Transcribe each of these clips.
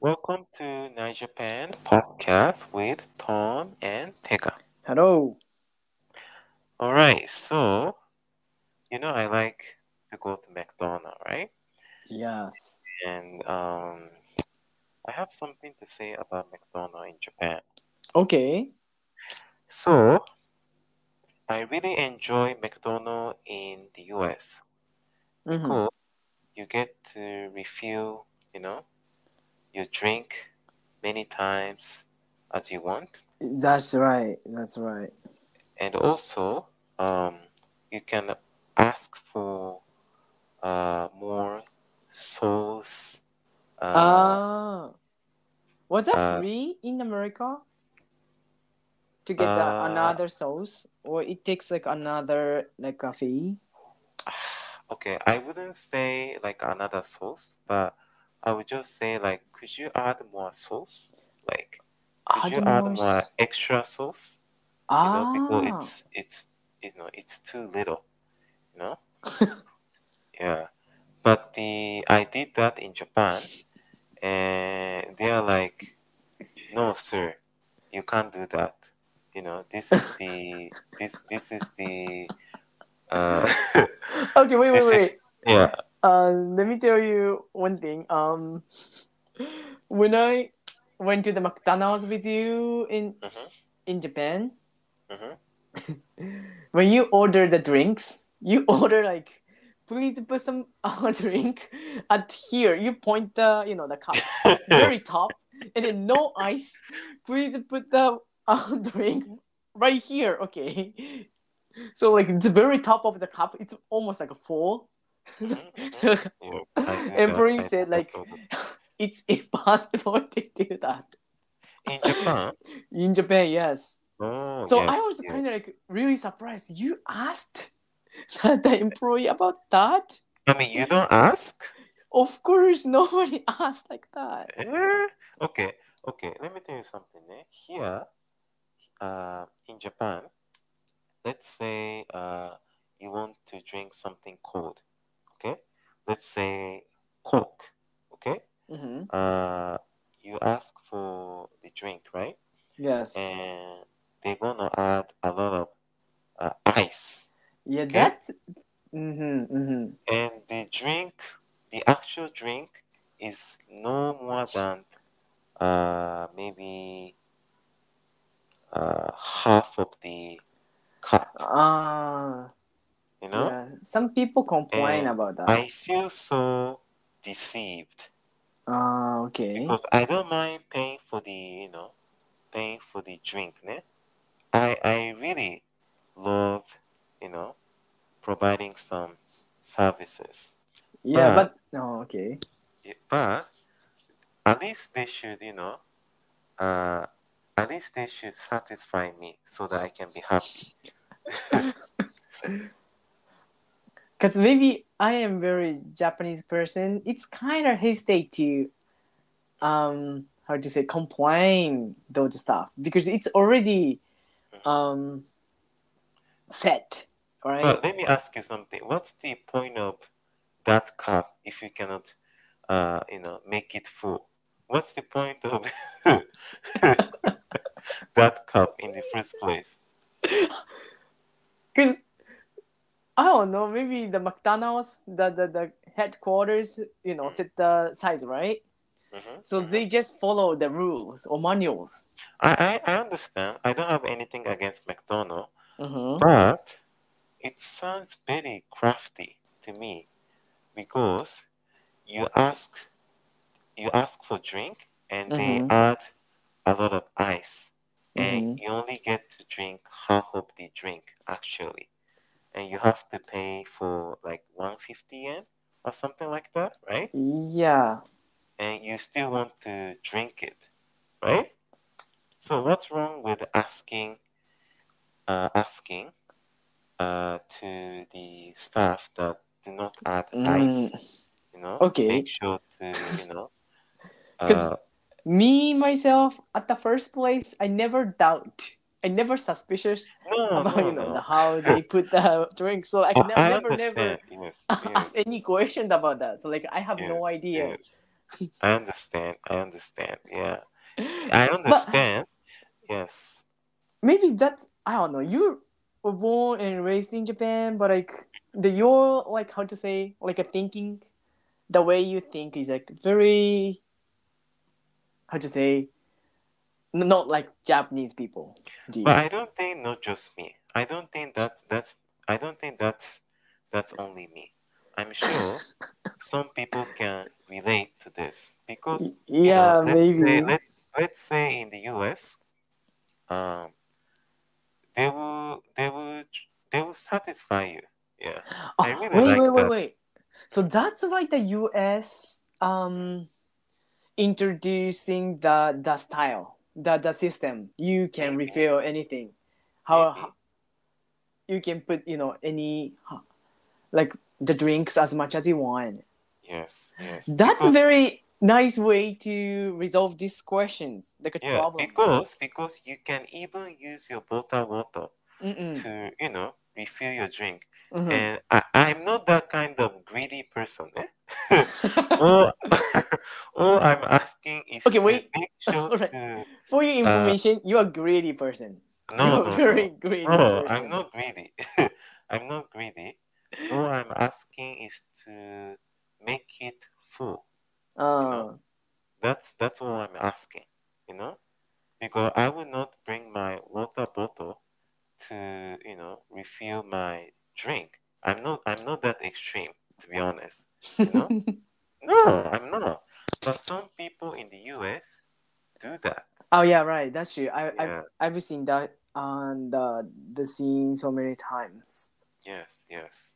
welcome to Nine Japan podcast with Tom and Tega. Hello. All right, so you know I like to go to McDonald's, right? Yes. And um, I have something to say about McDonald's in Japan. Okay. So I really enjoy McDonald's in the U.S. Mhm. Cool. You get to refill, you know, your drink many times as you want. That's right. That's right. and also um, you can ask for uh, more sauce. Uh, Ah, was that uh, free in America to get the, uh, another sauce, or it takes like another like a fee? okay, I wouldn't say like another sauce, but I would just say like, could you add more sauce? Like, could Add you add more. more s- extra sauce? You know, because it's Ah. it's you know it's too little. You know, yeah. But the I did that in Japan, and they are like, no sir you can't do that you know this is the this this is the uh Okay. Wait. Wait. this Wait. is yeah Uh, let me tell you one thing. Um, when I went to the McDonald's with you in Mhm, in Japan, mhm. when you order the drinks, you order like, please put some uh, drink at here. You point the you know the cup very top, and then no ice. Please put the uh, drink right here. Okay, so like the very top of the cup, it's almost like a full. Mhm, mhm. yes I do that. I Employee do said that like, all the- it's impossible to do that in japan in Japan. Yes. oh So yes, I was yes. kind of like really surprised. You asked the employee about that? i mean you don't ask Of course, nobody asked like that. Eh? okay okay let me tell you something eh? here uh in japan let's say uh you want to drink something cold okay let's say coke okay hmm uh you ask for the drink right Mm, Yes. and they're gonna add a lot of uh, ice Yeah, okay that's. Mm-hmm, mm-hmm. and the drink the actual drink is no more than uh maybe uh half of the cup Ah, you know yeah. Some people complain and about that. Mm. i feel so deceived Ah, okay. because i don't mind paying for the you know paying for the drink né? I I really love, you know, providing some services, Yeah, but but. Oh, okay. but at least they should, you know, uh, at least they should satisfy me so that I can be happy. Because maybe I am very Japanese person. It's kind of hesitate to um how to say complain those stuff because it's already Mm. um set right But let me ask you something. What's the point of that cup if you cannot, uh, you know, make it full? What's the point of that cup in the first place? because i don't know maybe the mcdonald's the, the the headquarters you know set the size right Mhm, so mhm. they just follow the rules or manuals I, I I understand. I don't have anything against McDonald's, mm-hmm. but It sounds very crafty to me because you ask you ask for drink and they Mm-hmm. add a lot of ice and Mm-hmm. you only get to drink half of the drink actually and you have to pay for like 150 yen or something like that right yeah and you still want to drink it right so what's wrong with asking uh, asking uh, to the staff that do not add mm. ice you know make okay sure to you know because uh me myself at the first place i never doubt i never suspicious no about you Oh, no know no the how they put the drink so like I, never I never never understand yes ask yes any questions about that so like i have no yes idea yes I understand. I understand. Yeah, I understand. yes. Maybe that's I don't know. You were born and raised in Japan, but like the your like how to say like a thinking, the way you think is like very how to say, n- not like Japanese people. do. But I don't think not just me. I don't think that's that's I don't think that's that's only me. I'm sure some people can relate to this because you yeah, know, let's maybe. say, let's, let's say in the US um they will they will they will satisfy you. Yeah. Oh, I really wait, like wait, wait, that. wait. So that's why the US um introducing the the style, the the system. You can Maybe. refill anything. How, Maybe. how you can put, you know, any like the drinks as much as you want. Yes, yes. That's because, a very nice way to resolve this question, like a yeah, problem. because because you can even use your bottled water Mm-mm. to, you know, refill your drink. Mhm. And I, I'm not that kind of greedy person, eh? All, all I'm asking is Okay, to wait. make sure Alright. to For your information, you're a greedy person. uh, no, you're no, a very no, greedy no. person. I'm not greedy. I'm not greedy. All I'm asking is to make it full. Uh, That's that's all I'm asking, you know, because I will not bring my water bottle to you know refill my drink. I'm not I'm not that extreme to be honest, you know. No, I'm not. But some people in the US do that. oh yeah, right. That's true. I Yeah. I've, I've seen that on the the scene so many times. Yes. Yes.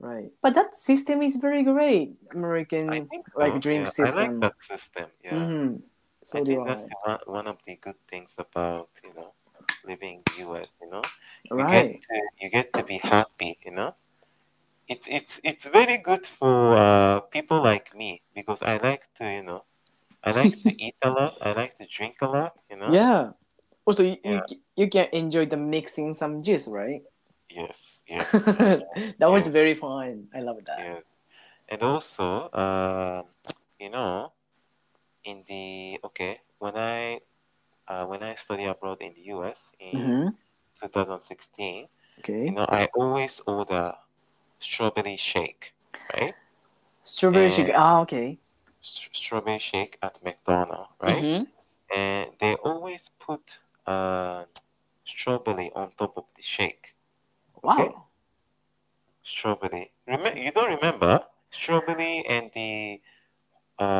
Right. But that system is very great. American I think so. Mm, like drink yeah, I like system. that system. Yeah. hmm I So do think that's I. the, one, one of the good things about you know living in the US. You know, you get Right. to, you get to be happy. You know, it's it's it's very good for uh, people like me because I like to you know I like to eat a lot. I like to drink a lot. You know. Yeah. Also, you, Yeah. you, you can enjoy the mixing some juice, right? Yes. Yes. that was Yes. very fun. I love that. Yeah. And also, um, you know, in the okay, when I uh, when I study abroad in the US in hmm 2016, you Okay. know, I always order strawberry shake, right? Strawberry Yeah. sugar. Ah, okay. St- strawberry shake at McDonald's, right? hmm And they always put uh, strawberry on top of the shake. Okay, Wow. strawberry. Remember, you don't remember strawberry and the uh,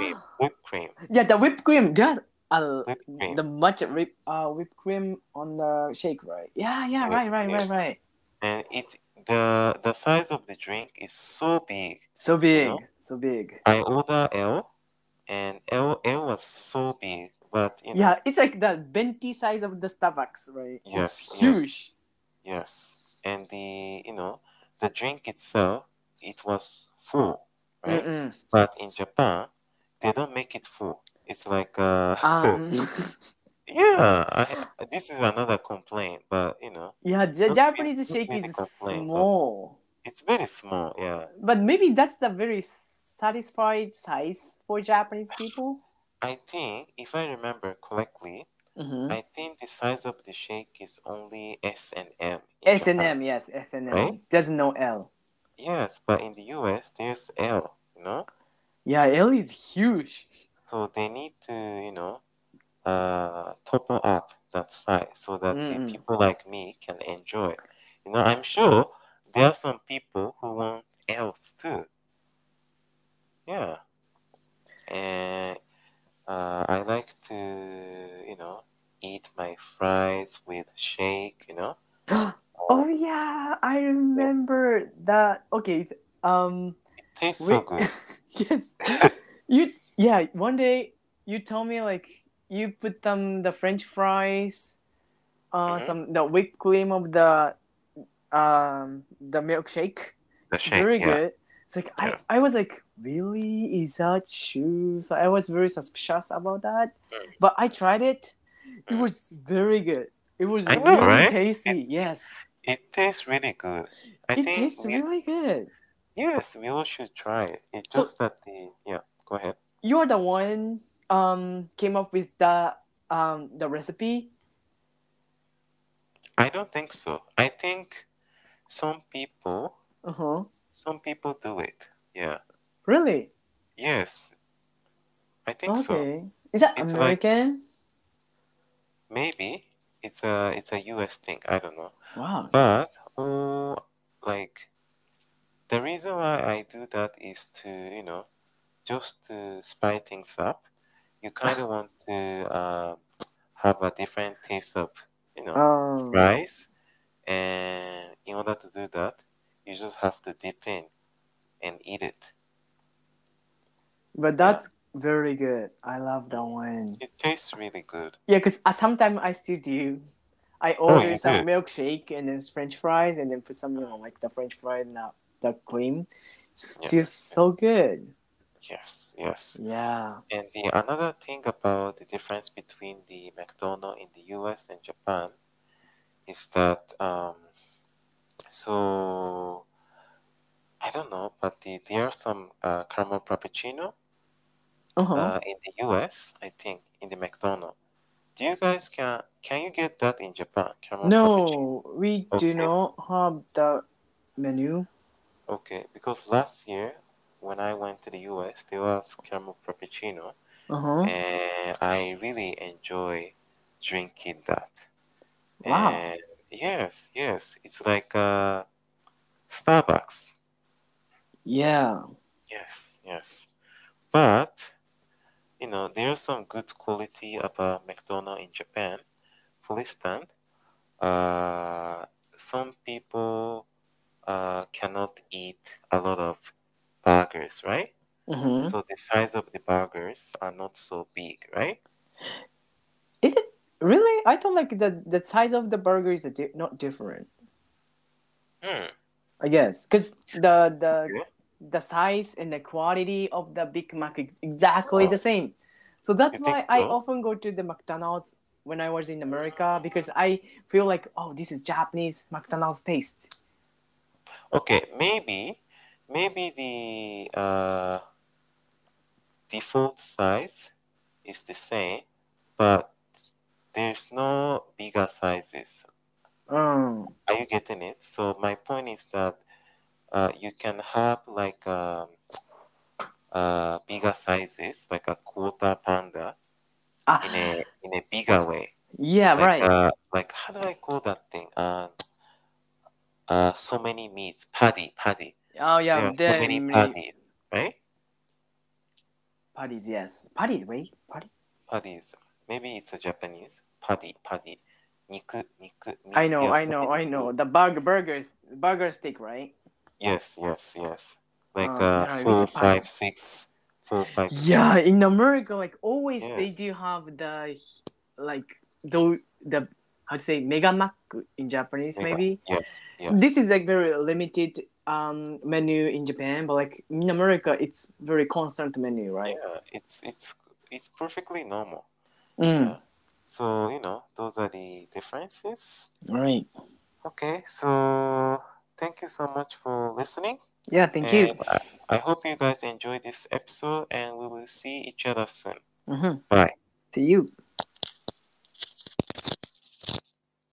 whipped cream, Ah. whipped cream, Yeah, the whipped cream. There's uh, whipped cream. the much whip, uh, whipped cream on the shake, right? Yeah, Yeah, yeah, right, right, yeah. right, right. and it the the size of the drink is so big So you know big, so big. i order l and l l was so big but you know Yeah, it's like the venti size of the Starbucks, right? It's yes yes huge. yes and the you know the drink itself it was full right Mm-mm. but in japan they don't make it full it's like uh Um, yeah I, this is another complaint but you know yeah, Ja- not really, Japanese not shake really is complaint but small, it's very small yeah but maybe that's the very satisfied size for Japanese people. i think if i remember correctly Mm-hmm. I think the size of the shake is only S and M in S and Japan, M, yes, S and M. right? There's no L. Yes, but in the US there's L, you know? Yeah, L is huge. So they need to, you know, uh topple up that size so that the Mm-mm. people like me can enjoy. You know, I'm sure there are some people who want L's too. Yeah. And uh, I like to, you know, eat my fries with shake, you know? Oh Or yeah, I it remember that. Okay, s- um, tastes so we good. yes, you yeah. One day you told me like you put them the French fries, uh, Mhm. some the whipped cream of the um the milkshake. The It's shake, very yeah. good. It's like I Yeah. I was like really is that true? So I was very suspicious about that, Mm, but I tried it. It mm. was very good. It was I know, really right? It tasty. Yes, it tastes really good. I it think tastes we really good. Yes, we all should try it. It's So- just that the yeah. Go ahead. You're the one um came up with the um the recipe. I don't think so. I think some people Uh huh. some people do it. Yeah. Really? Yes. I think so. Okay. Is that It's like- American? Maybe it's a it's a US thing. I don't know. Wow. But oh, like the reason why I do that is to you know just to spy things up. You kind of want to uh, have a different taste of you know Um, rice, and in order to do that, you just have to dip in and eat it. But that's very good. I love that one. It tastes really good. Yeah, because sometimes I still do. I Oh, order you some do? milkshake and then French fries, and then for some, you know, like the French fries and the, the cream. It's Yeah. still so good. Yes, yes. Yeah. And the another thing about the difference between the McDonald's in the US and Japan is that um, so I don't know, but the, there are some uh, caramel frappuccino Uh-huh. uh, in the US, I think, in the McDonald's. Do you guys can can you get that in Japan? Caramel frappuccino? no, we Okay. do not have the menu. Okay, because last year when I went to the US, there was caramel frappuccino, Uh huh. and I really enjoy drinking that. Wow. And yes, yes. It's like uh, Starbucks. Yeah. Yes, yes. But, you know, there's some good quality about McDonald's in Japan. For instance, uh, some people uh, cannot eat a lot of burgers, right? Mm-hmm. So the size of the burgers are not so big, right? Is it really? I thought like the the size of the burger is a di- not different. Hmm. I guess because the the Okay. the size and the quality of the Big Mac is exactly Oh. the same. So that's You why think I so? often go to the McDonald's when I was in America because I feel like oh this is Japanese McDonald's taste. Okay, maybe, maybe the uh, default size is the same, but there's no bigger sizes. Mm. Are you getting it? So my point is that uh, you can have like um, uh, bigger sizes, like a quarter pounder, in Ah, a in a bigger way. yeah, Like right. uh, like how do I call that thing? Uh, uh, so many meats, paddy, paddy. oh There yeah, are so many then patties, right? parties. Yes, parties. Wait, party. Paddies. Maybe it's a Japanese. Paddy, paddy. Niku, niku, ni- I know, there are I so know, many I know. food. The burger, burgers, burger steak, right? Yes, yes, yes. Like Uh, uh, yeah, it was four, a pie. five, six, four, five, six. Yeah, in America, like always, they Yes. do have the like the the how to say mega mac in Japanese Mega- maybe. Yes, yes. This is like very limited um menu in Japan, but like in America, it's very constant menu, right? Yeah, it's it's it's perfectly normal. Mm, So you know those are the differences. Mm, right. Okay, so thank you so much for listening. Yeah. Thank and you. I, I hope you guys enjoyed this episode, and we will see each other soon. Mhm. Bye. To you.